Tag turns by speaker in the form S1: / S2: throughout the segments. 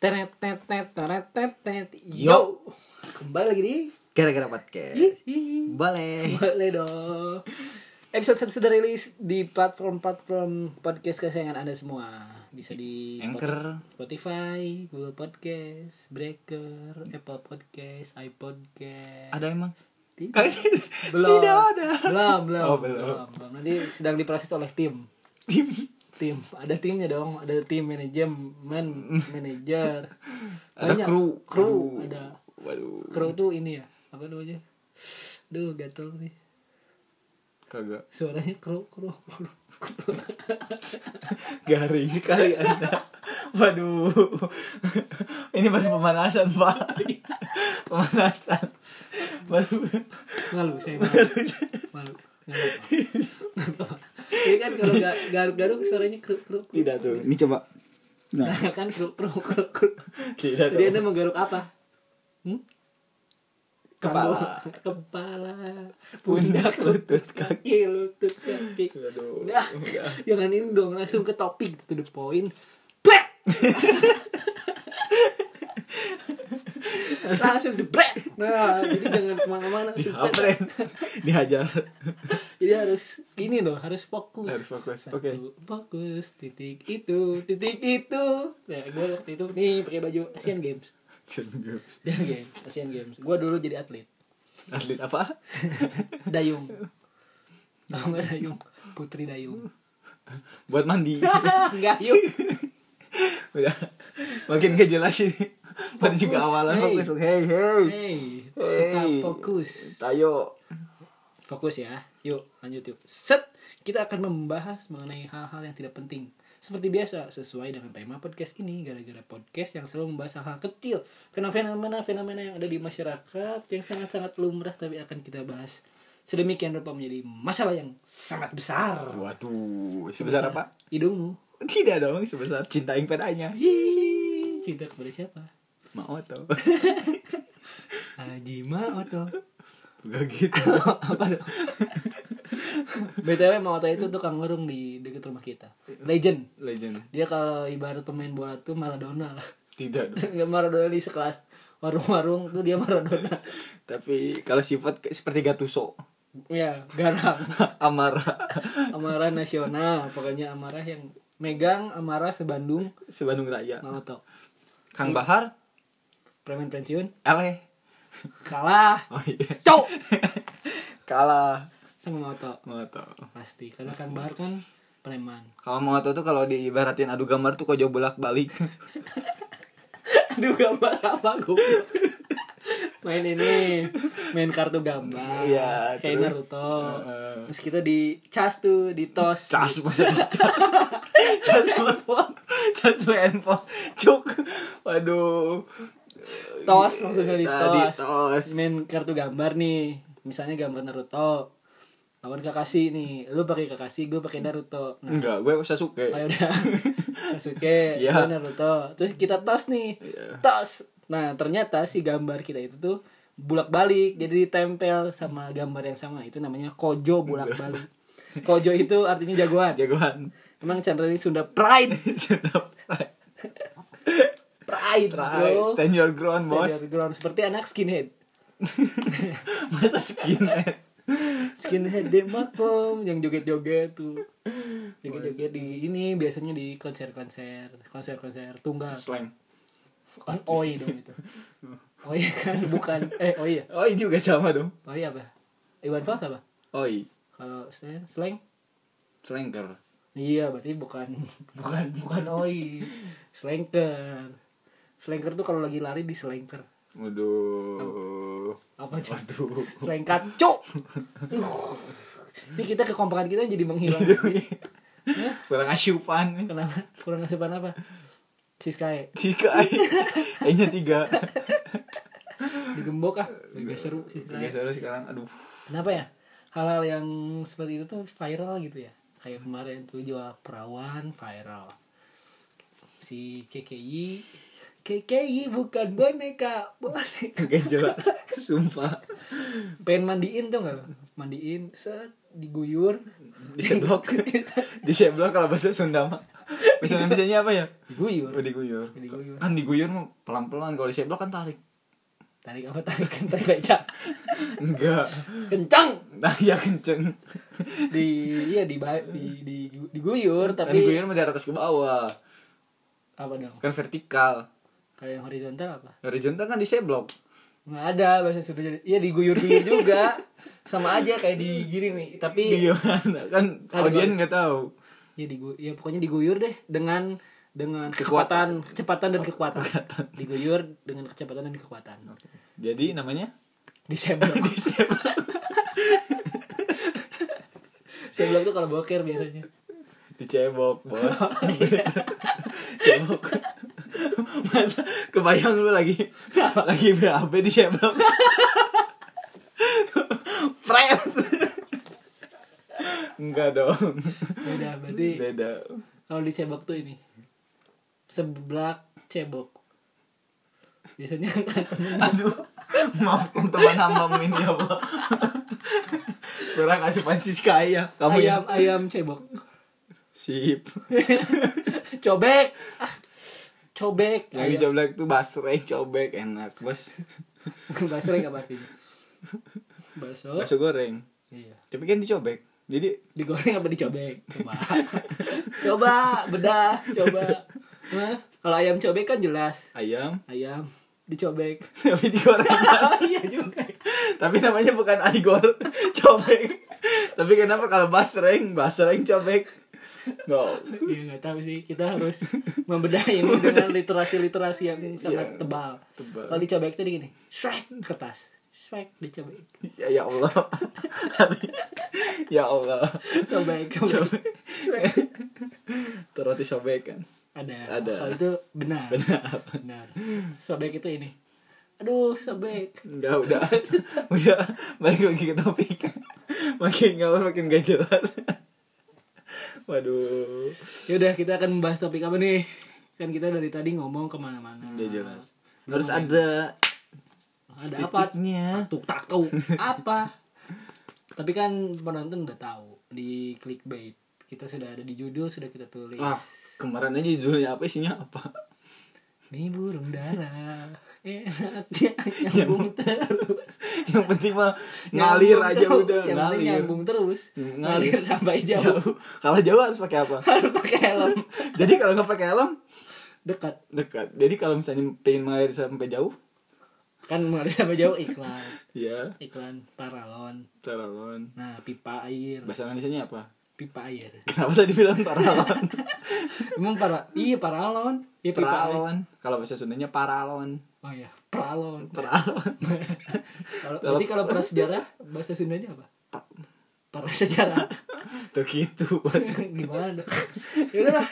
S1: Teret, teret, teret, teret, teret, teret. Yo,
S2: Yo,
S1: kembali lagi di
S2: gara-gara podcast.
S1: Hihi.
S2: Boleh.
S1: boleh dong. Episode satu sudah rilis di platform-platform podcast kesayangan anda semua. Bisa di
S2: Anchor.
S1: Spotify, Google Podcast, Breaker, Apple Podcast, iPodcast.
S2: Ada emang?
S1: Tidak.
S2: Kagak.
S1: belum.
S2: Tidak ada.
S1: Belum, belum.
S2: Oh, belum.
S1: belum. Nanti sedang diproses oleh tim.
S2: Tim.
S1: Tim, ada timnya dong, ada tim manajemen, manajer.
S2: Ada
S1: Banyak.
S2: kru.
S1: kru, ada
S2: Waduh.
S1: Crow tuh ini ya apa namanya duh gatel nih
S2: Kagak.
S1: suaranya crow crow crow
S2: Garing sekali Anda. Waduh. Ini baru pemanasan, Pak. Pemanasan. Baru
S1: malu saya malu malu Nggak apa-apa. Nggak apa-apa. Ini kan kalau ga- garuk-garuk suaranya kru kru kru.
S2: tidak tuh. Ini coba.
S1: Nah, kan kru kru kru kru.
S2: Tidak
S1: Jadi Anda menggaruk apa? Hmm?
S2: Kepala.
S1: Rambut, Kepala. Pundak, lutut, kaki, lutut, kaki.
S2: Waduh.
S1: Udah, jangan ini dong, langsung ke topik to the point. Brek! langsung jebrek. Nah, jadi jangan kemana-mana.
S2: Apa Dihajar.
S1: Jadi harus ini loh, harus fokus.
S2: Harus fokus.
S1: Satu,
S2: Oke.
S1: Fokus titik itu, titik itu. Nah, gue waktu itu nih pakai baju Asian Games. Asian Games, Asian Games. Gue dulu jadi atlet.
S2: Atlet apa?
S1: Dayung. Tahu nggak dayung? Putri dayung.
S2: Buat mandi.
S1: Enggak yuk.
S2: Udah. Ya. Makin gak jelas ini. Pada juga
S1: Fokus,
S2: awalan
S1: hey.
S2: fokus. Hey, hey.
S1: Hey, tetap fokus.
S2: Tayo.
S1: Fokus ya. Yuk, lanjut yuk. Set. Kita akan membahas mengenai hal-hal yang tidak penting. Seperti biasa, sesuai dengan tema podcast ini, gara-gara podcast yang selalu membahas hal-hal kecil, fenomena-fenomena yang ada di masyarakat yang sangat-sangat lumrah tapi akan kita bahas sedemikian rupa menjadi masalah yang sangat besar.
S2: Waduh, sebesar apa?
S1: Hidungmu.
S2: Tidak dong, sebesar cinta yang padanya.
S1: Cinta kepada siapa?
S2: Mau tau.
S1: Haji Maoto.
S2: Gak gitu.
S1: Apa dong? BTW Maoto itu tukang warung di dekat rumah kita. Legend.
S2: Legend.
S1: dia kalau ibarat pemain bola tuh Maradona lah
S2: Tidak dong.
S1: nggak Maradona di sekelas warung-warung tuh dia Maradona
S2: Tapi kalau sifat kayak seperti Gatuso.
S1: ya garang
S2: Amarah.
S1: amarah nasional pokoknya amarah yang megang amarah sebandung
S2: Sebandung Raya.
S1: mau tau
S2: Kang Bahar.
S1: premen pensiun
S2: Eleh.
S1: kalah
S2: Oh iya.
S1: Cok!
S2: Kalah.
S1: sama Moto
S2: Mau tau.
S1: pasti karena Kang Bahar kan preman
S2: Kalau mau tau tuh kalau diibaratin adu gambar tuh kok jauh bolak balik.
S1: aduh gambar apa gue main ini main kartu gambar
S2: Iya,
S1: kayak
S2: terus.
S1: Naruto
S2: Heeh.
S1: terus kita di cas tuh di tos
S2: Cas masa cas. Cas
S1: Handphone.
S2: Cas tuh handphone. Cuk. Waduh.
S1: tos maksudnya di
S2: Nah, di
S1: tos.
S2: tos.
S1: main kartu gambar nih misalnya gambar Naruto lawan Kakashi nih lu pakai Kakashi gue pakai Naruto nah,
S2: Enggak, gue Sasuke.
S1: ayo udah Sasuke
S2: Hmm. Iya.
S1: gua Naruto terus kita tos nih tos nah ternyata si gambar kita itu tuh bulak balik jadi ditempel sama gambar yang sama itu namanya kojo bulak balik
S2: Iya.
S1: kojo itu artinya jagoan
S2: Jagoan.
S1: emang Chandra ini Sunda pride
S2: Sedap.
S1: pride
S2: Right,
S1: bro
S2: stand your ground,
S1: Stand
S2: bos.
S1: your ground. seperti anak skinhead
S2: Masa skinhead.
S1: skinhead Denmark Pom, yang joget-joget tuh joget-joget di ini biasanya di konser-konser konser-konser tunggal
S2: Slang.
S1: kan oi dong itu oi kan bukan eh oi ya
S2: Oi juga sama dong.
S1: oi apa Iwan Fals apa
S2: Oi,
S1: kalau slang slang
S2: slangker.
S1: iya berarti bukan bukan bukan oi slanker slanker tuh kalau lagi lari di slanker
S2: Waduh.
S1: apa aja
S2: Waduh.
S1: selengkat cuk Uh. ini kita kekompakan kita jadi menghilang
S2: Kurang asyupan.
S1: Kenapa? Kurang asupan apa? Si Sky
S2: Jika Enya tiga.
S1: digembok ah? Gak seru si
S2: Tiga
S1: Sky.
S2: seru sekarang. Aduh.
S1: Kenapa ya? Hal-hal yang seperti itu tuh viral gitu ya. Kayak kemarin tuh jual perawan viral. Si KKI KKI bukan boneka, boneka.
S2: Gak jelas. Sumpah.
S1: Pengen mandiin tuh gak lo? Mandiin, set, diguyur,
S2: Diseblok. Diseblok kalau bahasa Sunda mah. Bahasa Indonesia apa ya?
S1: diguyur
S2: Oh diguyur.
S1: Diguyur.
S2: Kan diguyur mah pelan-pelan kalau di seblak kan tarik.
S1: tarik apa tarik tarik becak
S2: Enggak.
S1: kencang
S2: Nah, ya kenceng.
S1: di iya di ba- di, di diguyur tapi
S2: Tapi Kan diguyur mah dari atas ke bawah.
S1: apa dong
S2: Kan vertikal.
S1: kalau yang horizontal apa
S2: Horizontal kan di seblok.
S1: nggak ada bahasa Sunda jadi iya diguyur-guyur juga sama aja kayak digiring nih tapi
S2: Gimana? Kan
S1: Kan
S2: audiens nggak tahu.
S1: ya digu ya pokoknya diguyur deh dengan dengan
S2: Kekuatan. Oh,
S1: kecepatan kecepatan dan kekuatan diguyur dengan kecepatan dan kekuatan
S2: Jadi namanya
S1: di seblak seblak tuh kalau boker biasanya
S2: dicebok, Bos. iya. Cebok. Masa kebayang lu lagi lagi BAB dicebok. Fret. Enggak dong.
S1: beda Ya berarti
S2: Beda.
S1: kalau di cebok tuh ini seblak cebok biasanya kan
S2: Aduh, maafkan teman hamba min ya, Pak. Kurang asupan si kaya kamu
S1: ayam
S2: ya.
S1: ayam cebok
S2: Sip.
S1: cobek Ah, cobek
S2: Yang
S1: ayam.
S2: dicoblek tuh basreng cobek enak, Bos.
S1: Bakso enggak apa artinya? Bakso.
S2: Bakso goreng.
S1: Iya.
S2: Tapi kan dicobek. Jadi
S1: Digoreng apa dicobek? Coba. coba, bedah, coba. Hah? Kalau ayam cobek kan jelas.
S2: ayam
S1: Ayam dicobek.
S2: tapi digoreng.
S1: iya juga.
S2: tapi namanya bukan aigor cobek. tapi kenapa kalau basreng, basreng cobek? No.
S1: Iya nggak tahu sih. Kita harus membedah ini dengan literasi-literasi yang sangat
S2: Iya,
S1: tebal.
S2: tebal.
S1: Kalau dicobek tadi gini, shrek kertas. Shrek dicobek.
S2: Ya, ya Allah. ya Allah.
S1: Cobek, cobek.
S2: Cobek. Teroti sobek kan.
S1: Ada.
S2: Ada.
S1: Kalau itu benar.
S2: Benar.
S1: Benar. Sobek itu ini. Aduh, sobek.
S2: Enggak, udah. udah balik lagi ke topik. makin ngawur makin gak jelas. Waduh.
S1: Yaudah kita akan membahas topik apa nih? Kan kita dari tadi ngomong kemana-mana.
S2: Udah jelas. Harus ada
S1: Ada apa?
S2: titiknya.
S1: Tuk tak tahu apa. Tapi kan penonton udah tahu di clickbait. Kita sudah ada di judul sudah kita tulis.
S2: Ah, kemarin aja judulnya apa isinya apa?
S1: Nih burung dara. Enaknya nyambung terus.
S2: Yang penting mah ngalir
S1: Nyambung
S2: aja
S1: terus.
S2: udah
S1: Yang penting
S2: ngalir.
S1: Nyambung terus.
S2: Ngalir.
S1: Ngalir sampai jauh.
S2: Jauh. Kalau jauh harus pakai apa?
S1: Harus pakai helm.
S2: Jadi kalau nggak pakai helm
S1: Dekat.
S2: dekat. Jadi kalau misalnya pengen mengalir sampai jauh,
S1: Kan ngalir sampai jauh iklan.
S2: ya
S1: Iklan paralon.
S2: paralon.
S1: Nah, pipa air.
S2: Bahasa Indonesia apa?
S1: Pipa air.
S2: Kenapa tadi bilang paralon?
S1: Emang para iya paralon. Iya pipa air.
S2: paralon. Kalau bahasa Sundanya paralon.
S1: Oh iya, paralon.
S2: Paralon.
S1: Kalau berarti kalau prasejarah bahasa Sundanya apa?
S2: Pa-
S1: Para sejarah.
S2: Tuh gitu. Bos.
S1: Gimana? Ya udah lah.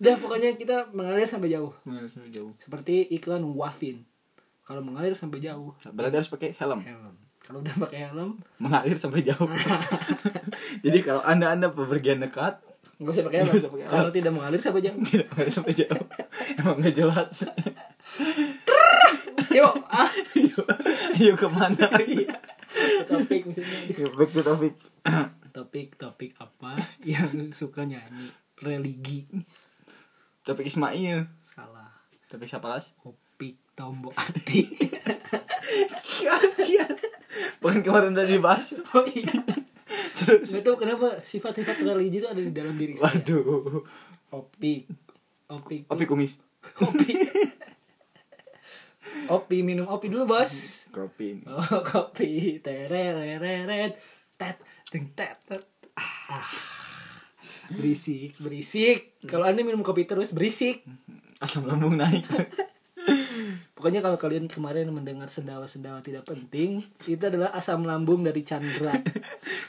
S1: Udah pokoknya kita mengalir sampai jauh.
S2: Mengalir sampai jauh.
S1: Seperti iklan Wafin. Kalau mengalir sampai jauh,
S2: Berarti harus pakai helm.
S1: helm. Kalau udah pakai helm,
S2: Mengalir sampai jauh. Jadi kalau anda-anda bepergian dekat,
S1: nggak usah pakai
S2: Nggak
S1: helm.
S2: usah pakai helm.
S1: Karena tidak mengalir sampai jauh.
S2: tidak mengalir sampai jauh. Emang gak jelas.
S1: Yuk, ah.
S2: Yuk- Yuk kemana? Iya.
S1: Topik misalnya.
S2: Back to topic.
S1: Topik-topik apa yang suka nyanyi? Religi.
S2: Topik Ismail.
S1: Salah.
S2: Topik siapa las?
S1: Opik tombok ati.
S2: Bukan kemarin udah dibahas.
S1: oh iya. Terus nggak tahu kenapa sifat-sifat religi itu ada di dalam diri saya.
S2: Waduh.
S1: Opik. Opik.
S2: Opi kumis.
S1: Kopi. Opi minum opi dulu, Bos.
S2: Kopi.
S1: Oh, kopi. Terereret. Tet. Ting tet. tet. Ah. Berisik, berisik. Kalau Anda minum kopi terus berisik.
S2: Asam lambung naik.
S1: Pokoknya kalau kalian kemarin mendengar sendawa-sendawa tidak penting, itu adalah asam lambung dari Chandra.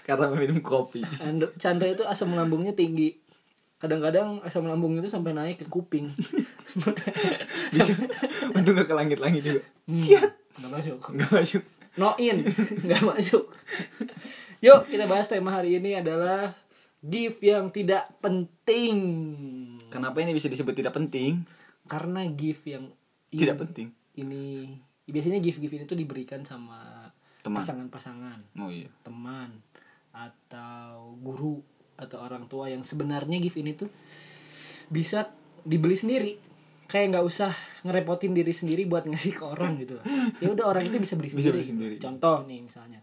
S2: Karena minum kopi.
S1: And- Chandra itu asam lambungnya tinggi. Kadang-kadang asam lambung itu sampai naik ke kuping.
S2: Bisa. Untung gak ke langit-langit juga.
S1: Hmm, nggak masuk.
S2: Gak masuk.
S1: No in, nggak masuk. Yuk kita bahas tema hari ini adalah gift yang tidak penting.
S2: Kenapa ini bisa disebut tidak penting?
S1: Karena gift yang in-
S2: Tidak penting.
S1: Ini biasanya gift-gift ini tuh diberikan sama
S2: Teman.
S1: pasangan-pasangan,
S2: Oh iya.
S1: teman atau guru atau orang tua yang sebenarnya gift ini tuh bisa dibeli sendiri. kayak nggak usah ngerepotin diri sendiri buat ngasih ke orang gitu loh. ya udah orang itu bisa beli
S2: Bisa
S1: sendiri.
S2: beli sendiri.
S1: contoh nih misalnya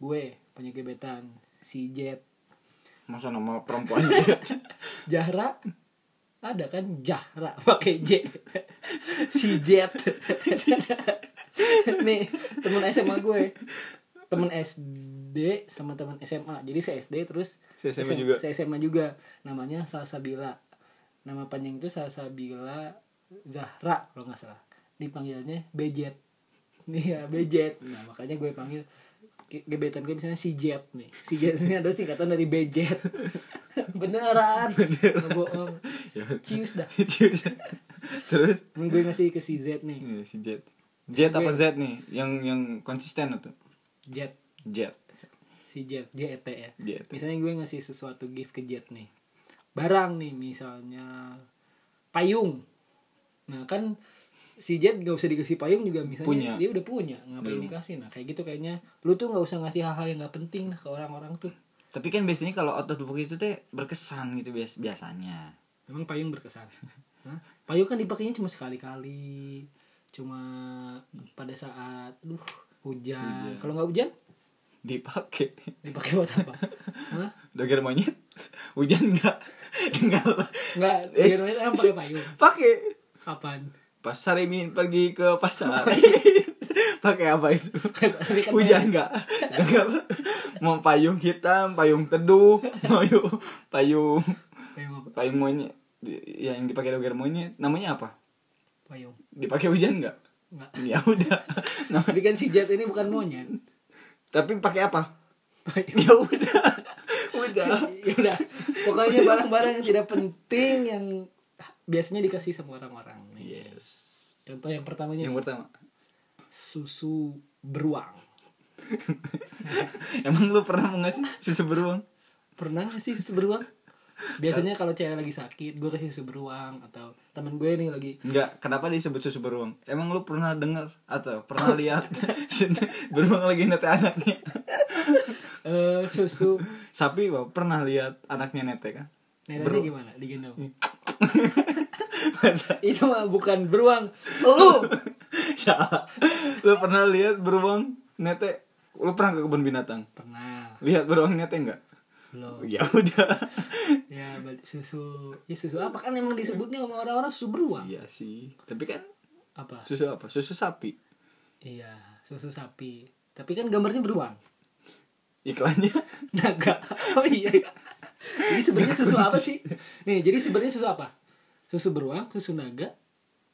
S1: gue punya gebetan si Jet
S2: masa nama perempuannya
S1: Jahra ada kan Jahra pakai J si Jet nih temen SMA gue temen SD sama temen SMA jadi se SD terus
S2: Se- SMA juga.
S1: se SMA juga namanya Salsabila nama panjang itu Salsabila Zahra kalau nggak salah dipanggilnya Bejet nih ya Bejet nah makanya gue panggil ge- gebetan gue misalnya si Jet nih si Jet ini ada singkatan dari Bejet beneran Nggak bohong
S2: Ya.
S1: cius dah
S2: terus
S1: Temen gue ngasih ke si Z nih
S2: Iya, si Jet Jet apa Z nih yang yang konsisten atau
S1: Jet
S2: Jet
S1: si Jet JET ya
S2: Jet
S1: misalnya gue ngasih sesuatu gift ke Jet nih barang nih misalnya payung nah kan si Jet gak usah dikasih payung juga misalnya
S2: Punya.
S1: dia udah punya ngapain
S2: Belum.
S1: dikasih nah kayak gitu kayaknya lu tuh nggak usah ngasih hal-hal yang gak penting lah ke orang-orang tuh
S2: tapi kan biasanya kalau out of the box itu teh berkesan gitu bias biasanya
S1: Emang payung berkesan. Hah? Payung kan dipakainya cuma sekali-kali. Cuma pada saat aduh hujan.
S2: Hujan.
S1: Kalau nggak hujan
S2: dipakai
S1: dipakai buat apa? Hah?
S2: doger monyet hujan nggak nggak
S1: Nggak,
S2: Eh,
S1: biar orang pakai payung.
S2: pakai
S1: Kapan?
S2: pas hari Min pergi ke pasar pakai apa itu
S1: Tapi kan
S2: hujan nggak Nggak. mau payung hitam payung teduh payung payung
S1: Payung apa?
S2: payung monyet Di- yang dipakai doger monyet namanya apa
S1: Payung.
S2: dipakai hujan nggak
S1: Nggak.
S2: ya udah Nah,
S1: Tapi kan si Jet ini bukan monyet.
S2: tapi pakai apa
S1: Payung.
S2: ya udah udah
S1: ya udah. Pokoknya barang-barang yang tidak penting yang biasanya dikasih sama orang-orang.
S2: yes
S1: Contoh yang pertamanya
S2: yang
S1: nih,
S2: pertama
S1: susu beruang.
S2: emang lu pernah mau ngasih susu beruang
S1: pernah gak sih susu beruang biasanya kalau cewek lagi sakit gue kasih susu beruang atau temen gue nih lagi
S2: Enggak, kenapa disebut susu beruang? Emang lu pernah denger atau pernah lihat beruang lagi nete anaknya?
S1: eh susu
S2: Sapi Bang, pernah lihat anaknya nete kan?
S1: netanya
S2: Beruang.
S1: gimana digendong
S2: Masa?
S1: itu mah bukan beruang lu
S2: Ya. Lu pernah lihat beruang nete? Lu pernah ke kebun binatang?
S1: pernah
S2: Lihat beruang nete enggak?
S1: belum
S2: Ya udah.
S1: ya bal- susu ya susu apa kan emang disebutnya sama orang-orang susu beruang
S2: Iya sih. Tapi kan
S1: apa
S2: susu apa? Susu sapi.
S1: iya susu sapi tapi kan gambarnya beruang
S2: Iklannya
S1: naga oh iya jadi sebenarnya susu apa sih nih jadi sebenarnya susu apa susu beruang susu naga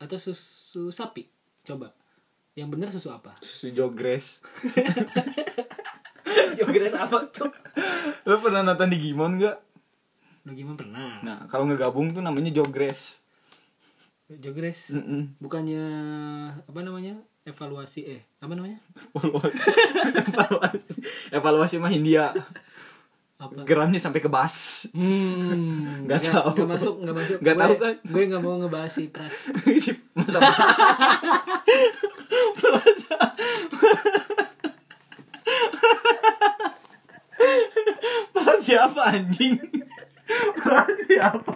S1: atau susu sapi coba yang benar susu apa
S2: susu jogres.
S1: jogres apa tuh
S2: Lu pernah nonton Digimon enggak?
S1: lu gimana pernah
S2: Nah, kalau ngegabung tuh namanya jogres.
S1: jogres
S2: Mm-mm.
S1: bukannya apa namanya evaluasi eh apa namanya
S2: evaluasi evaluasi evaluasi mah Hindia
S1: apa
S2: gerannya sampai ke bas
S1: hmm
S2: Nggak
S1: nggak-
S2: tahu.
S1: nggak masuk nggak masuk
S2: Nggak
S1: Gue-
S2: tahu kan?
S1: gue nggak mau ngebahas si pras
S2: masa masa Pas siapa anjing? Pas siapa?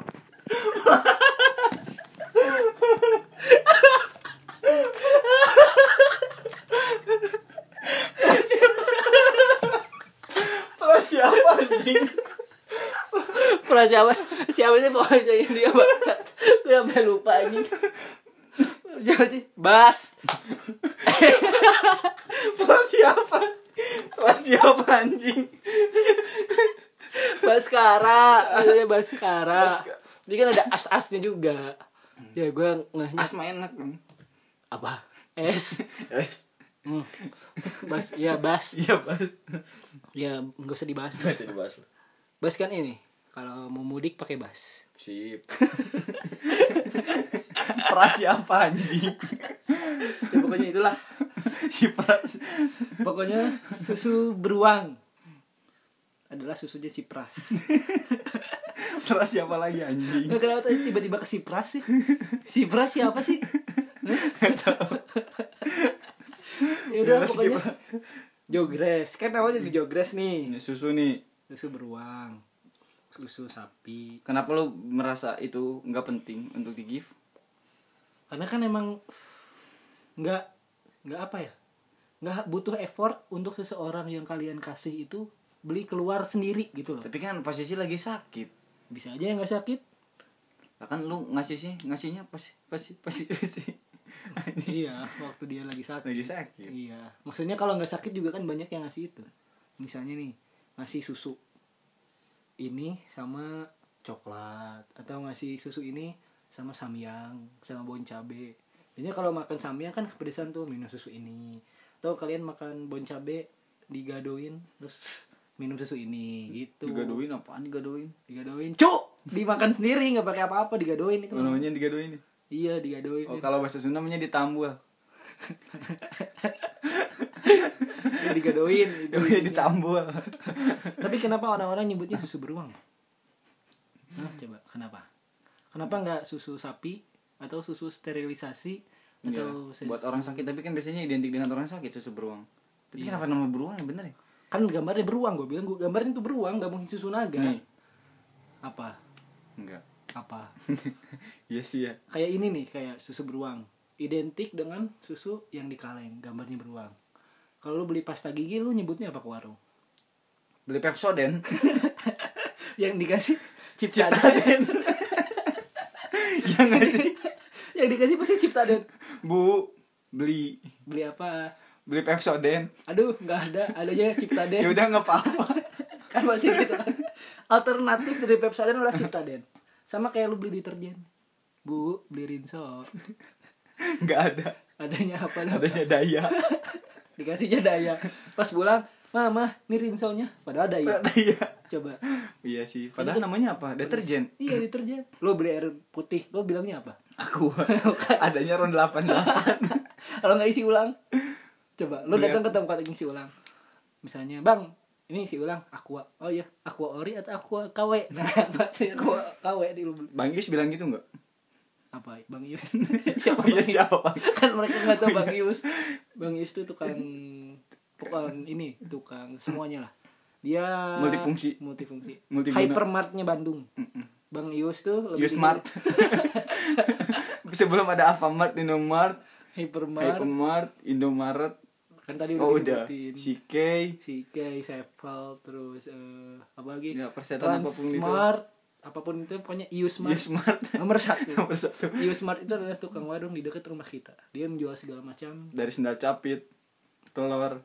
S2: Pas siapa anjing?
S1: pras siapa siapa sih pokoknya yang dia bangsat gue sampai lupa anjing siapa sih bas
S2: Pas siapa? Pas siapa anjing?
S1: Baskara, namanya Baskara. Dia kan ada as-asnya juga. Ya gue ngehnya
S2: Asma enak dong.
S1: apa? Es.
S2: Yes.
S1: Hmm. Bas, ya Bas.
S2: Iya pas.
S1: Ya nggak usah dibahas.
S2: Gak usah dibahas lah.
S1: Bas kan ini. Kalau mau mudik pakai Bas.
S2: Sip. Pras siapa anjing?
S1: Ya, pokoknya itulah.
S2: Si Pras.
S1: Pokoknya susu beruang adalah susunya si Pras.
S2: Pras siapa lagi anjing?
S1: Nggak kenapa tadi tiba-tiba ke si Pras sih. Si Pras siapa sih? ya udah
S2: Bebas,
S1: pokoknya
S2: gimana?
S1: Jogres, kan namanya di Jogres nih.
S2: Ini susu nih.
S1: susu beruang susu sapi
S2: Kenapa lu merasa itu nggak penting untuk di give?
S1: karena kan emang nggak nggak apa ya nggak butuh effort untuk seseorang yang kalian kasih itu beli keluar sendiri gitu loh
S2: Tapi kan posisi lagi sakit.
S1: bisa aja yang nggak sakit
S2: Lah kan lu ngasih sih, ngasihnya pasti pasti pasti pasti.
S1: iya waktu dia lagi sakit
S2: lagi sakit.
S1: iya maksudnya kalau nggak sakit juga kan banyak yang ngasih itu misalnya nih ngasih susu ini sama coklat atau ngasih susu ini sama samyang sama bon cabe biasanya kalau makan samyang kan kepedesan tuh minum susu ini atau kalian makan bon cabe digadoin terus minum susu ini gitu
S2: Digadoin apaan digadoin?
S1: digadoin cuk dimakan sendiri nggak pakai apa-apa digadoin itu
S2: Apa namanya digadoin?
S1: iya digadoin
S2: Oh, kalau bahasa Sunda namanya ditambul.
S1: Iya, digadoin itu
S2: Namanya ditambul.
S1: tapi kenapa orang-orang nyebutnya susu beruang Hah, coba kenapa kenapa nggak susu sapi atau susu sterilisasi atau
S2: Iya, buat
S1: susu-
S2: orang sakit tapi kan biasanya identik dengan orang sakit susu beruang. Tapi
S1: Iya.
S2: kenapa nama beruang ya bener ya?
S1: kan gambarnya beruang gue bilang gue gambarnya itu beruang nggak mungkin susu naga
S2: Nih.
S1: apa
S2: Enggak.
S1: apa
S2: Iya sih ya.
S1: kayak ini nih kayak susu beruang identik dengan susu yang di kaleng gambarnya beruang kalau lu beli pasta gigi lu nyebutnya apa ke warung
S2: Beli Pepsoden.
S1: yang dikasih ciptaden
S2: Iya enggak sih?
S1: yang dikasih pasti ciptaden
S2: Bu, beli
S1: beli apa
S2: beli Pepsoden.
S1: aduh nggak ada adanya ciptaden
S2: Ya udah enggak apa-apa.
S1: kan pasti gitu kan. alternatif dari Pepsodent adalah Ciptaden sama kayak lu beli deterjen bu beli rinso
S2: Enggak ada.
S1: adanya apa dah?
S2: Adanya daya.
S1: dikasihnya daya pas pulang mama ini rinsonya padahal daya
S2: Daya.
S1: coba
S2: Iya sih. Padahal namanya apa? Deterjen.
S1: iya deterjen lo beli air putih lo bilangnya apa
S2: Aku adanya ron 88.
S1: kalau nggak isi ulang coba lo
S2: Beli
S1: datang ke tempat isi ulang misalnya bang ini isi ulang aqua oh iya aqua ori atau aqua KW nah maksudnya aqua KW di lu beli.
S2: Bang Yus bilang gitu enggak?
S1: apa bang Yus siapa Bang
S2: Iya
S1: Yus?
S2: siapa Oh, iya. Bang?
S1: kan mereka nggak tahu Bang Yus Bang Yus tuh tukang tukang ini tukang semuanya lah dia
S2: Multifungsi.
S1: multifungsi
S2: Multiguna.
S1: hypermartnya Bandung Bang Yus tuh lebih
S2: Yusmart. Sebelum ada Alfamart, Indomart,
S1: hypermart
S2: Hypermart, Indomaret,
S1: kan tadi udah
S2: oh udah,
S1: disebutin si,
S2: CK,
S1: Guy Sepal terus eh, apa lagi
S2: ya persetan apapun itu.
S1: Transmart apapun itu pokoknya Yusmart
S2: Yusmart
S1: nomor satu
S2: nomor satu.
S1: Yusmart itu adalah tukang warung di dekat rumah kita dia menjual segala macam
S2: Dari sendal capit, telur,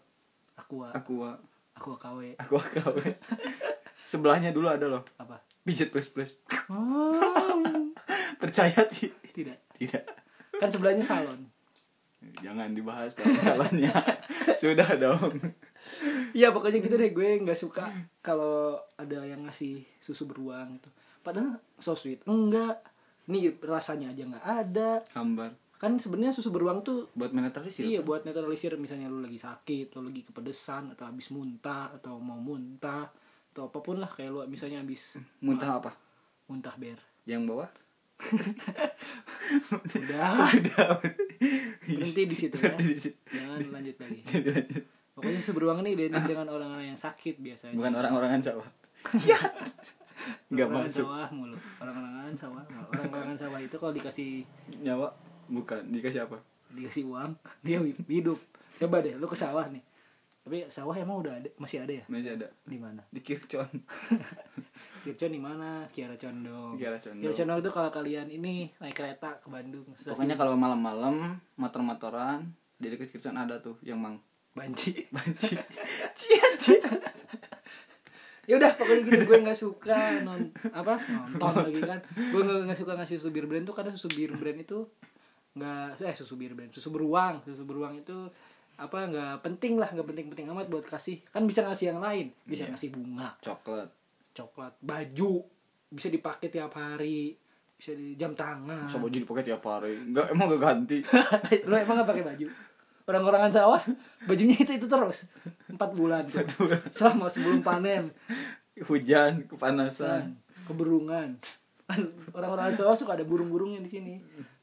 S1: aqua
S2: aqua,
S1: aqua KW
S2: aqua KW. Sebelahnya dulu ada loh,
S1: apa
S2: pijat plus plus.
S1: Oh,
S2: Percaya ti?
S1: tidak
S2: Tidak.
S1: kan sebelahnya salon
S2: Jangan dibahas dong salahnya. Sudah dong.
S1: Iya pokoknya gitu deh gue nggak suka kalau ada yang ngasih susu beruang gitu. Padahal so sweet enggak. Nih rasanya aja nggak ada.
S2: Hambar.
S1: Kan sebenarnya susu beruang tuh
S2: Buat menetralisir.
S1: iya buat netralisir misalnya lu lagi sakit, lu lagi kepedesan atau habis muntah atau mau muntah atau apapun lah kayak lu misalnya habis
S2: Muntah apa?
S1: muntah ber.
S2: Yang bawah?
S1: Udah
S2: Udah.
S1: berhenti di situ ya.
S2: Berhenti di situ.
S1: Jangan lanjut lagi.
S2: Jadi lanjut.
S1: Pokoknya susu beruang ini identik dengan orang-orang yang sakit biasanya.
S2: Bukan orang-orangan sawah. Ya.
S1: Iya.
S2: Enggak
S1: orang
S2: masuk.
S1: sawah mulu orang-orangan sawah mulu. orang-orangan sawah itu kalau dikasih
S2: Nyawa bukan dikasih apa?
S1: dikasih uang dia wi- hidup coba deh lu ke sawah nih tapi sawah emang udah ada masih ada ya
S2: Masih ada.
S1: di mana
S2: Di Kircon.
S1: Kircon di mana Kiara Condong
S2: Kiara Condong.
S1: Kiara Condong itu kalau kalian ini naik kereta ke Bandung stasiun
S2: Pokoknya kalau malam-malam motor-motoran di dekat Kircon ada tuh yang mang
S1: banci
S2: banci.
S1: ya udah pokoknya gitu gue nggak suka non apa nonton lagi kan gue nggak nggak suka ngasih susu bir brand tuh karena susu bir brand itu nggak eh susu bir brand susu beruang susu beruang itu apa nggak penting lah nggak penting penting amat buat kasih kan bisa ngasih yang lain bisa ngasih bunga
S2: Coklat.
S1: coklat baju bisa dipakai tiap hari bisa di jam tangan
S2: Masa baju dipakai tiap hari. Enggak emang gak ganti.
S1: lo emang gak pakai baju orang-orangan sawah bajunya itu itu terus empat bulan tuh. selama sebelum panen
S2: Hujan, kepanasan.
S1: keberungan orang-orang cowok suka ada burung-burungnya di sini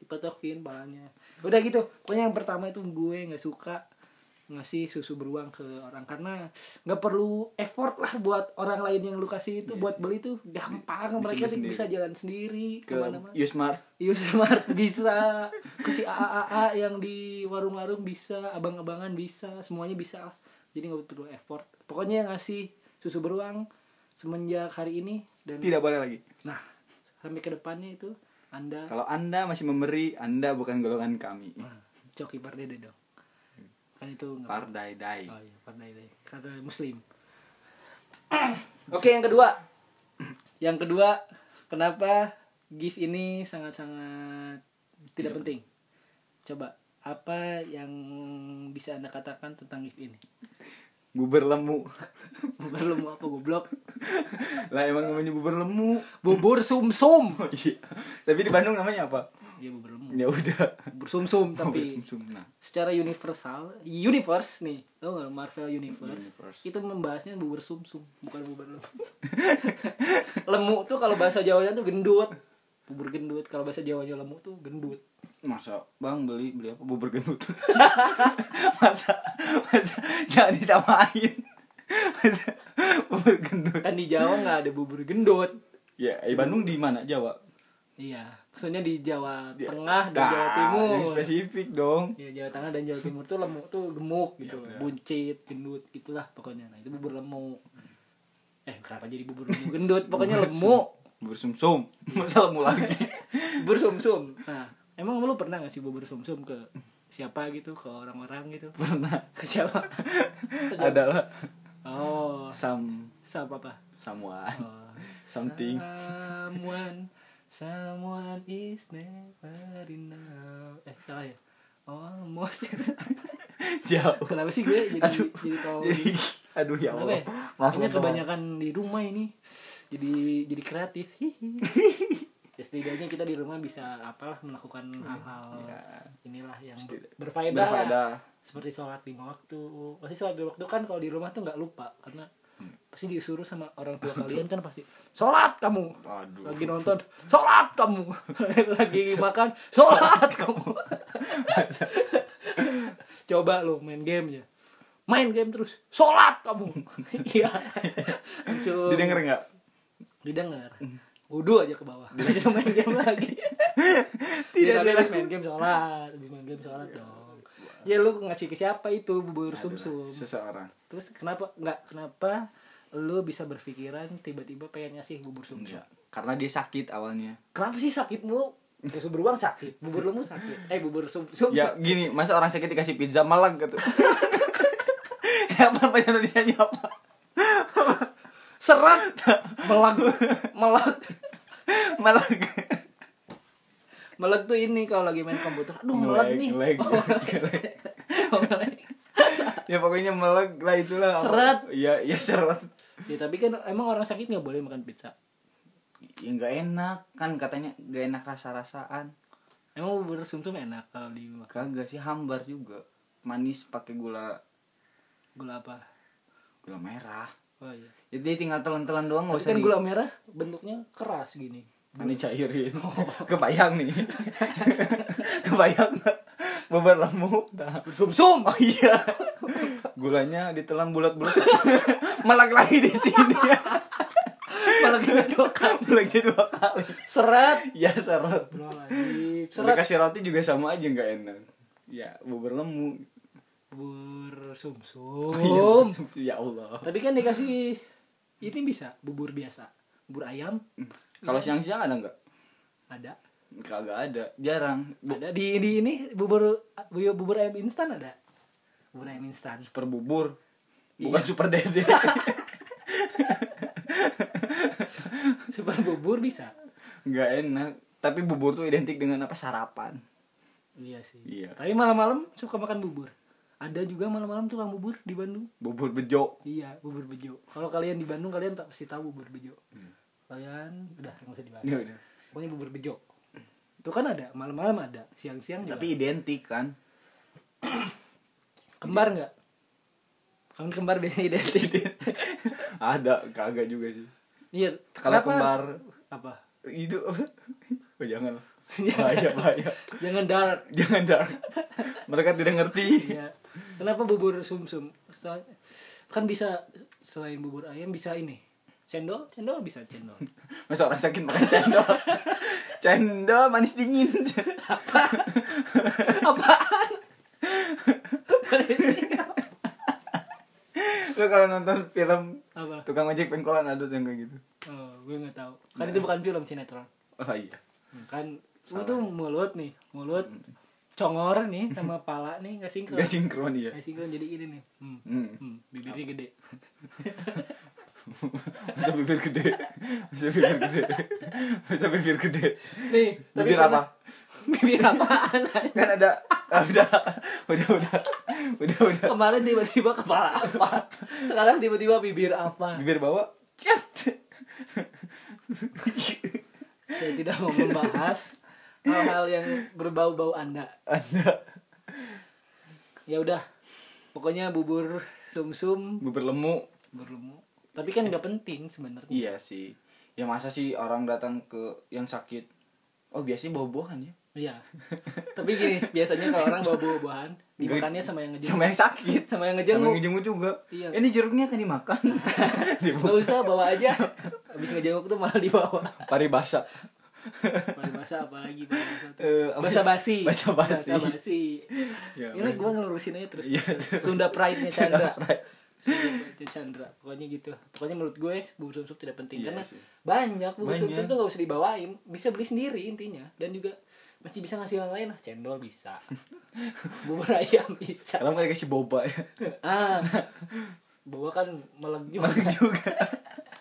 S1: dipetokin palanya udah gitu pokoknya yang pertama itu gue nggak suka ngasih susu beruang ke orang karena nggak perlu effort lah buat orang lain yang lu kasih itu buat beli tuh gampang
S2: Iya Bisa
S1: mereka
S2: beli
S1: tuh
S2: sendiri.
S1: bisa jalan sendiri
S2: ke
S1: kemana-mana
S2: Usmart
S1: Usmart bisa ke si AAA yang di warung-warung bisa abang-abangan bisa semuanya bisa lah jadi nggak perlu effort pokoknya yang ngasih susu beruang semenjak hari ini dan
S2: tidak boleh lagi.
S1: nah sampai ke depannya itu anda
S2: Kalau Anda masih memberi, Anda bukan golongan kami.
S1: Nah, coki pardede dong kan itu nggak-
S2: Pardai dai.
S1: oh iya pardede kata muslim oke yang kedua yang kedua kenapa gift ini sangat-sangat tidak penting coba apa yang bisa anda katakan tentang gift ini
S2: Bubur lemu.
S1: bubur lemu apa goblok
S2: lah emang namanya bubur lemu.
S1: bubur sum sum
S2: Oh, iya. Tapi di Bandung namanya apa?
S1: ya bubur lemu
S2: Ya udah.
S1: bubur sum sum
S2: Bubur
S1: tapi
S2: sumsum. Nah,
S1: secara universal universe nih tau gak Marvel universe,
S2: Universe.
S1: itu membahasnya bubur sumsum bukan bubur lemu lemu tuh kalau bahasa Jawanya tuh gendut bubur gendut kalau bahasa Jawanya lemu tuh gendut
S2: masa bang beli beli apa bubur gendut masa masa jangan disamain masa bubur gendut
S1: kan di Jawa nggak ada bubur gendut
S2: ya eh, Bandung di mana Jawa
S1: iya maksudnya di Jawa
S2: Di-
S1: Tengah dan
S2: Nah,
S1: Jawa
S2: lebih
S1: Timur
S2: spesifik dong
S1: Iya, Jawa Tengah dan Jawa Timur tuh lemu tuh gemuk gitu,
S2: Iya, benar.
S1: buncit, gendut, itulah pokoknya. Nah, itu bubur lemu. Eh, kenapa jadi bubur lemu gendut? Pokoknya
S2: Bubur
S1: lemu.
S2: sum- bubur sum sum
S1: Iya.
S2: masa lemu lagi
S1: bubur sumsum nah emang lu pernah gak sih bubur sumsum ke siapa gitu ke orang-orang gitu
S2: pernah
S1: ke siapa
S2: adalah
S1: oh
S2: sam
S1: siapa apa
S2: someone
S1: oh,
S2: Something.
S1: someone someone is never enough eh salah ya almost
S2: jauh
S1: kenapa sih gue jadi
S2: Aduh.
S1: jadi tahu
S2: jadi aduh ya
S1: Kenapa
S2: Allah
S1: ya?
S2: maaf
S1: Kayaknya
S2: maaf.
S1: kebanyakan di rumah ini jadi jadi kreatif. Hihi. ya, setidaknya kita di rumah bisa apalah melakukan hal-hal
S2: Ya.
S1: inilah yang ber-
S2: Setidak-
S1: berfaedah.
S2: berfaedah
S1: Seperti sholat lima waktu. Pasti sholat lima waktu kan kalau di rumah tuh nggak lupa karena pasti disuruh sama orang tua kalian kan pasti sholat kamu
S2: Aduh.
S1: lagi nonton sholat kamu lagi makan sholat kamu coba lo main game ya main game terus sholat kamu iya langsung
S2: didengar nggak
S1: didengar wudhu aja ke bawah langsung Hmm. main game lagi
S2: Tidak,
S1: tidak
S2: tidak.
S1: habis main game sholat habis main game sholat dong ya lu ngasih ke siapa itu bubur sumsum
S2: Adalah seseorang
S1: terus kenapa nggak kenapa lu bisa berpikiran tiba-tiba pengen ngasih bubur sumsum
S2: Enggak. karena dia sakit awalnya
S1: kenapa sih sakitmu Susu beruang sakit, bubur lemu sakit, eh bubur sum sum
S2: ya gini masa orang sakit dikasih pizza malang gitu apa bahasa Indonesia apa
S1: serat, melak, melak,
S2: malang
S1: melek tuh ini kalau lagi main komputer, aduh melek
S2: Ngelag,
S1: nih,
S2: ngelag,
S1: Oh,
S2: ngelag.
S1: Oh, melek.
S2: ya pokoknya malang lah itulah Apa-
S1: Seret.
S2: ya ya seret
S1: ya tapi kan emang orang sakit nggak boleh makan pizza,
S2: ya nggak enak kan katanya nggak enak rasa rasaan
S1: emang bubur sum sum enak kalau di
S2: kagak sih hambar juga manis pakai gula
S1: gula apa,
S2: gula merah
S1: oh iya,
S2: jadi tinggal telan-telan doang nggak
S1: tapi
S2: usah
S1: kan
S2: di
S1: gula merah bentuknya keras gini,
S2: Ini cairin
S1: Oh.
S2: kebayang nih kebayang nggak? bubur lemu nah.
S1: sum sum,
S2: Oh iya. Gulanya ditelan bulat-bulat. Melek lagi di sini.
S1: malah gini doang,
S2: Meleknya dua kali.
S1: serat,
S2: Ya seret.
S1: serat,
S2: Dikasih roti juga sama aja nggak enak. Ya bubur lemu.
S1: bubur sum
S2: Iya,
S1: sum,
S2: ya Allah.
S1: tapi kan dikasih ini bisa bubur biasa, bubur ayam
S2: Kalau siang-siang ada nggak?
S1: ada.
S2: Kagak ada. Jarang. Bu-
S1: ada di di ini bubur bu- bubur ayam instan ada bubur ayam instan
S2: Super bubur.
S1: Iya.
S2: Bukan super dede.
S1: super bubur bisa
S2: Nggak enak. Tapi bubur tuh identik dengan apa sarapan.
S1: iya sih
S2: Iya.
S1: tapi malam-malam suka makan bubur ada juga malam-malam tukang bubur di Bandung
S2: Bubur bejo.
S1: iya bubur bejo kalau kalian di Bandung kalian tak pasti tahu bubur bejo kalian udah nggak usah dibahas
S2: Hmm. Ya udah.
S1: pokoknya bubur bejo itu kan ada malam-malam ada siang-siang juga
S2: Tapi identik kan.
S1: kembar nggak kan kembar biasanya identik
S2: ada kagak juga sih.
S1: iya
S2: Kalau
S1: kenapa
S2: kembar
S1: harus- apa
S2: itu apa? Oh, jangan bahaya bahaya
S1: jangan dark
S2: jangan dark mereka tidak ngerti
S1: Iya. Kenapa bubur sumsum? Sa- Kan bisa selain bubur ayam bisa ini. Cendol, cendol bisa cendol.
S2: Masa orang sakit makan cendol Cendol manis dingin
S1: Apaan?
S2: Lu kalau nonton film
S1: Apa?
S2: Tukang ojek pengkolan ada tuh yang kayak gitu
S1: Oh, gue nggak tahu. Kan
S2: Nah.
S1: itu bukan film sinetron.
S2: Oh iya
S1: Hmm, Kan lu tuh mulut nih, mulut congor nih sama pala nih nggak sinkron.
S2: Gak sinkron ya
S1: Nggak sinkron jadi ini nih. Hmm.
S2: hmm.
S1: Hmm, bibirnya gede.
S2: Masa bibir gede Masa bibir gede Masa bibir gede
S1: Nih, tapi
S2: Bibir
S1: pernah-
S2: apa?
S1: Bibir apaan?
S2: Kan ada ah, Udah Udah udah Udah udah
S1: Kemarin tiba-tiba kepala apa? Sekarang tiba-tiba bibir apa?
S2: Bibir bawah Cet.
S1: Saya tidak mau membahas hal-hal yang berbau-bau Anda.
S2: Anda
S1: Ya udah. Pokoknya bubur sumsum
S2: Bibir lemu
S1: berlumut. Tapi kan nggak penting sebenarnya.
S2: Iya sih Ya masa sih orang datang ke yang sakit Oh biasanya bawa-bawaan ya
S1: Iya. Tapi gini, biasanya kalau orang bawa buah-buahan, dimakannya sama yang ngejenguk.
S2: Sama yang sakit
S1: Sama yang
S2: Sama yang
S1: ngejenguk.
S2: ngejenguk juga.
S1: Iya.
S2: Ini jeruknya kan dimakan.
S1: Gak usah bawa aja. Habis ngejenguk tuh malah dibawa.
S2: Paribasa.
S1: Bahasa apa lagi?
S2: Eh, apa-
S1: Bahasa basi.
S2: Bahasa basi.
S1: Bahasa basi.
S2: Ya,
S1: Ini gue ngelurusin aja terus.
S2: Iya.
S1: Sunda Pride-nya Chandra.
S2: Sunda Pride.
S1: Sunda Pride-nya Chandra. Pokoknya gitu. Pokoknya menurut gue bubur sumsum tidak penting
S2: Iya
S1: karena
S2: sih.
S1: banyak bubur
S2: Banyak.
S1: sumsum tuh gak usah dibawain, bisa beli sendiri intinya dan juga masih bisa ngasih yang lain lah. Cendol bisa. bubur ayam bisa.
S2: Kalau nggak dikasih boba ya.
S1: Ah. Bawa kan meleng juga.
S2: Malang juga.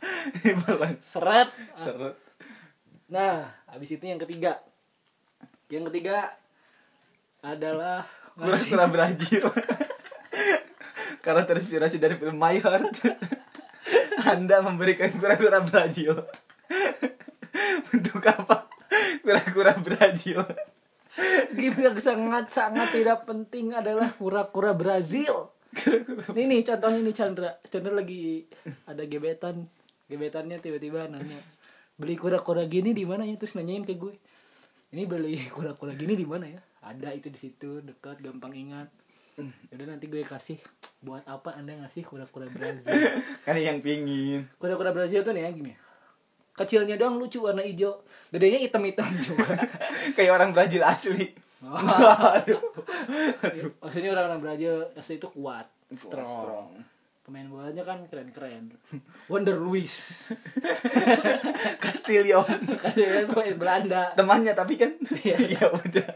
S2: Malang.
S1: Seret. Ah.
S2: Seru.
S1: Nah, habis itu yang ketiga. Yang ketiga adalah
S2: Kurang kurang berajir. Karena terinspirasi dari film My Heart. Anda memberikan kura-kura Brazil. Untuk apa? Kura-kura Brazil.
S1: Game yang sangat-sangat tidak penting adalah kura-kura Brazil. Ini nih contohnya nih Chandra. Chandra lagi ada gebetan. Gebetannya tiba-tiba nanya, "Beli kura-kura gini di mana ya?" Terus nanyain ke gue. Ini beli kura-kura gini di mana ya? Ada itu di situ, dekat, gampang ingat. Ya Udah nanti gue kasih. Buat apa Anda ngasih kura-kura Brazil?
S2: Kan yang pingin.
S1: Kuda-kuda Brazil tuh nih ya gini. Kecilnya doang lucu warna hijau, gedenya hitam-hitam juga.
S2: Kayak orang Brazil asli.
S1: Aduh. Iya, Maksudnya orang-orang Brazil asli itu kuat, strong. Pemain bolanya kan keren-keren. Wonder Luis.
S2: Castillo
S1: Kasih pemain Belanda.
S2: temannya tapi kan
S1: Iya.
S2: iya udah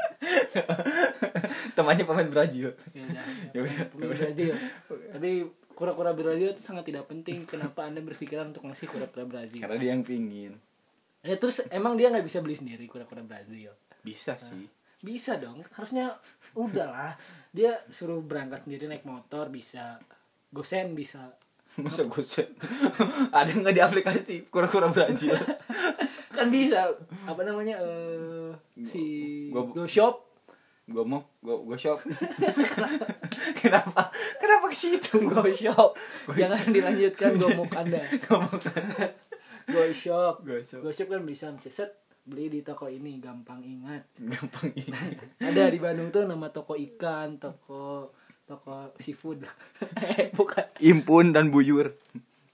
S2: temannya pemain Brazil
S1: Ya udah,
S2: Ya udah,
S1: Pemain Brazil. Tapi kura-kura Brazil itu sangat tidak penting. Kenapa Anda berpikiran untuk ngasih kura-kura Brazil?
S2: karena dia yang pingin
S1: Ya terus emang dia nggak bisa beli sendiri kura-kura Brazil?
S2: bisa sih
S1: Bisa dong, harusnya udahlah. Dia suruh berangkat sendiri naik motor bisa, gosen bisa.
S2: masa gocek ada nggak di aplikasi kura-kura Brazil
S1: Kan bisa apa namanya eh si
S2: Gua-
S1: Go Shop.
S2: gua mau gua gua shop kenapa kenapa ke situ
S1: Go Shop. Jangan dilanjutkan gua mau Anda. Go Shop.
S2: Go Shop.
S1: Go Shop kan bisa set beli di toko ini gampang ingat.
S2: gampang ini
S1: Ada di Bandung tuh nama toko ikan, toko toko seafood. Eh, Bukan
S2: impun dan buyur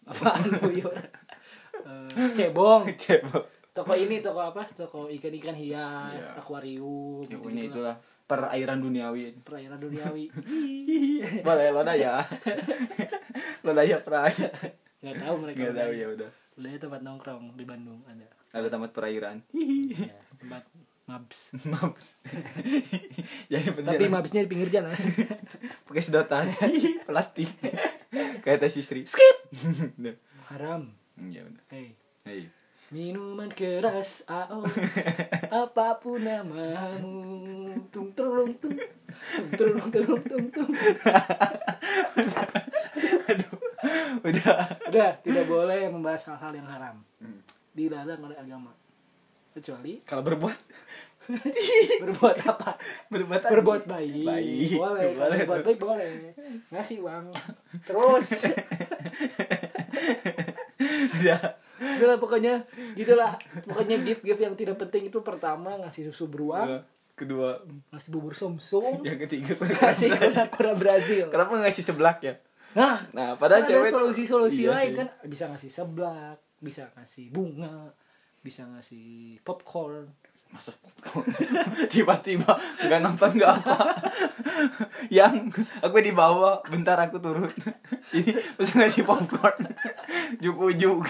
S1: apaan buyur. Eh, cebong.
S2: coba
S1: toko ini toko apa toko ikan-ikan hias
S2: Iya.
S1: akuarium
S2: ya punya
S1: gitu-gitu lah.
S2: itulah perairan duniawi
S1: perairan duniawi
S2: boleh lo daya lo daya perai
S1: nggak tahu mereka
S2: nggak tahu ya udah
S1: udah tempat nongkrong di Bandung ada
S2: ada tamat perairan Iya.
S1: ya, tempat mabs
S2: Maps. Jadi
S1: tapi
S2: bendera
S1: mabsnya di pinggir jalan
S2: pakai sedotan plastik. Kayak tes istri.
S1: skip
S2: Nah.
S1: haram
S2: Ya udah.
S1: hey
S2: Iya.
S1: minuman keras ao apapun namamu tung terung tung tung terung terung tung tung
S2: Udah.
S1: udah tidak boleh membahas hal-hal yang haram
S2: Hmm.
S1: dilarang oleh agama kecuali
S2: Kalau berbuat
S1: berbuat apa
S2: berbuat tadi.
S1: berbuat baik,
S2: Baik.
S1: boleh kalau
S2: Boleh
S1: berbuat
S2: tuh.
S1: baik boleh ngasih uang terus
S2: Udah.
S1: udah lah, pokoknya gitulah pokoknya gift gift yang tidak penting itu pertama ngasih susu beruang
S2: Udah. kedua
S1: ngasih bubur somsom
S2: yang ketiga kenapa
S1: kasih kura Brazil
S2: kenapa nggak ngasih seblak ya
S1: nah
S2: nah padahal
S1: kan
S2: cewek
S1: ada solusi-solusi
S2: Iya
S1: lain
S2: sih.
S1: kan bisa ngasih seblak bisa ngasih bunga bisa ngasih popcorn
S2: masa tiba-tiba nggak nonton nggak apa yang aku di bawah bentar aku turun ini masa ngasih popcorn ujuk-ujuk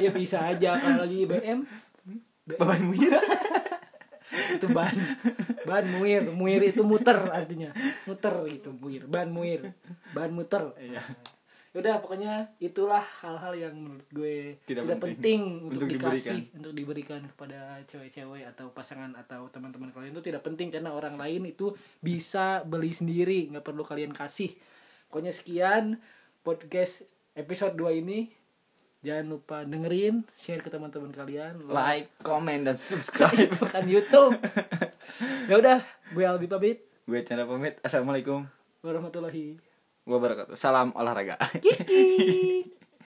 S1: ya bisa aja kalau lagi BM
S2: beban muir
S1: itu ban ban muir muir itu muter artinya muter gitu muir ban muir ban muter
S2: Iya.
S1: udah pokoknya itulah hal-hal yang menurut gue
S2: Tidak
S1: tidak, penting,
S2: penting.
S1: untuk,
S2: Untuk
S1: dikasih
S2: diberikan.
S1: untuk diberikan kepada cewek-cewek atau pasangan atau teman-teman kalian itu tidak penting karena orang lain itu bisa beli sendiri nggak perlu kalian kasih pokoknya sekian podcast episode 2 ini jangan lupa dengerin share ke teman-teman kalian
S2: like comment dan subscribe
S1: bukan YouTube. ya udah, gue Albi pamit.
S2: gue Chandra pamit assalamualaikum
S1: Warahmatullahi.
S2: gue salam olahraga
S1: Kiki.